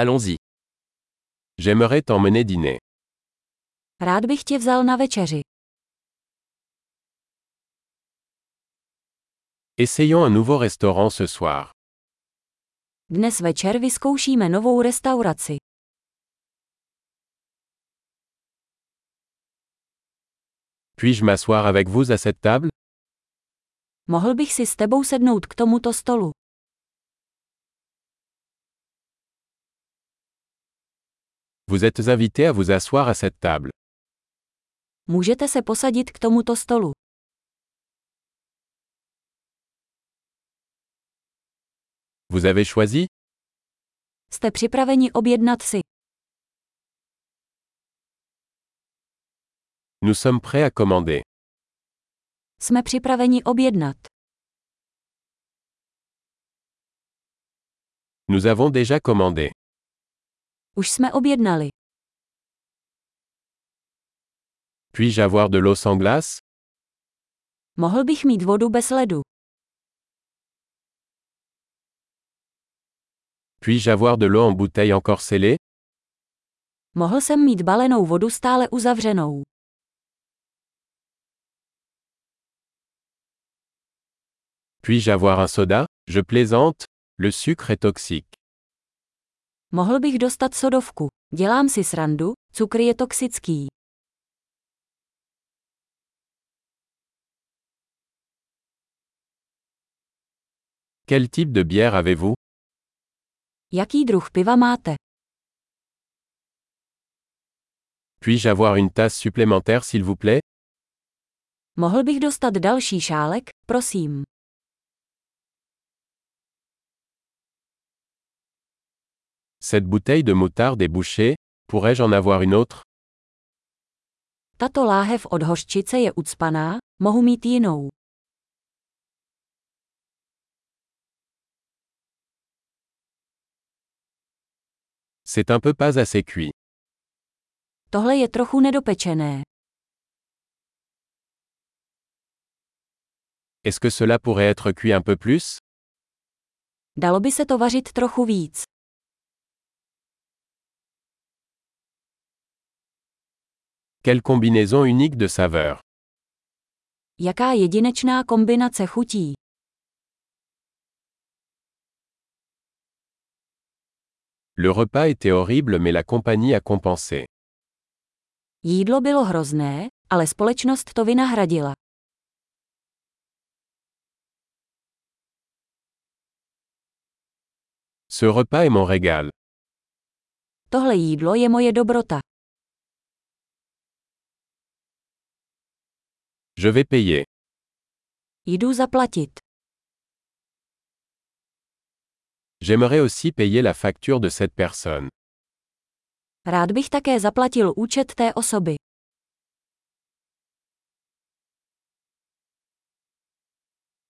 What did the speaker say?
Allons-y. J'aimerais t'emmener dîner. Rád bych tě vzal na večeři. Essayons un nouveau restaurant ce soir. Dnes večer vyzkoušíme novou restauraci. Puis-je m'asseoir avec vous à cette table Mohl bych si s tebou sednout k tomuto stolu. Vous êtes invité à vous asseoir à cette table. Můžete se posadit k tomuto stolu. Vous avez choisi Jste připraveni objednat si. Nous sommes prêts à commander. Jsme připraveni objednat. Nous avons déjà commandé. Už jsme objednali. Puis-je avoir de l'eau sans glace Mohl bych mít vodu bez ledu. Puis-je avoir de l'eau en bouteille encore scellée Mohl jsem mít balenou vodu stále uzavřenou. Puis-je avoir un soda Je plaisante. Le sucre est toxique. Mohl bych dostat sodovku. Dělám si srandu, cukr je toxický. Quel type de bière avez-vous Jaký druh piva máte? Puis-je avoir une tasse supplémentaire s'il vous plaît Mohl bych dostat další šálek, prosím. Cette bouteille de moutarde est bouchée. Pourrais-je en avoir une autre Tato láhev od hořčice je ucpaná, mohu mít jinou. C'est un peu pas assez cuit. Tohle je trochu nedopečené. Est-ce que cela pourrait être cuit un peu plus Dalo by se to vařit trochu víc. Quelle combinaison unique de saveurs Jaká jedinečná kombinace chutí. Le repas était horrible mais la compagnie a compensé. Jídlo bylo hrozné, ale společnost to vynahradila. Ce repas est mon régal. Tohle jídlo je moje dobrota. Je vais payer. Jdu zaplatit. J'aimerais aussi payer la facture de cette personne. Rád bych také zaplatil účet té osoby.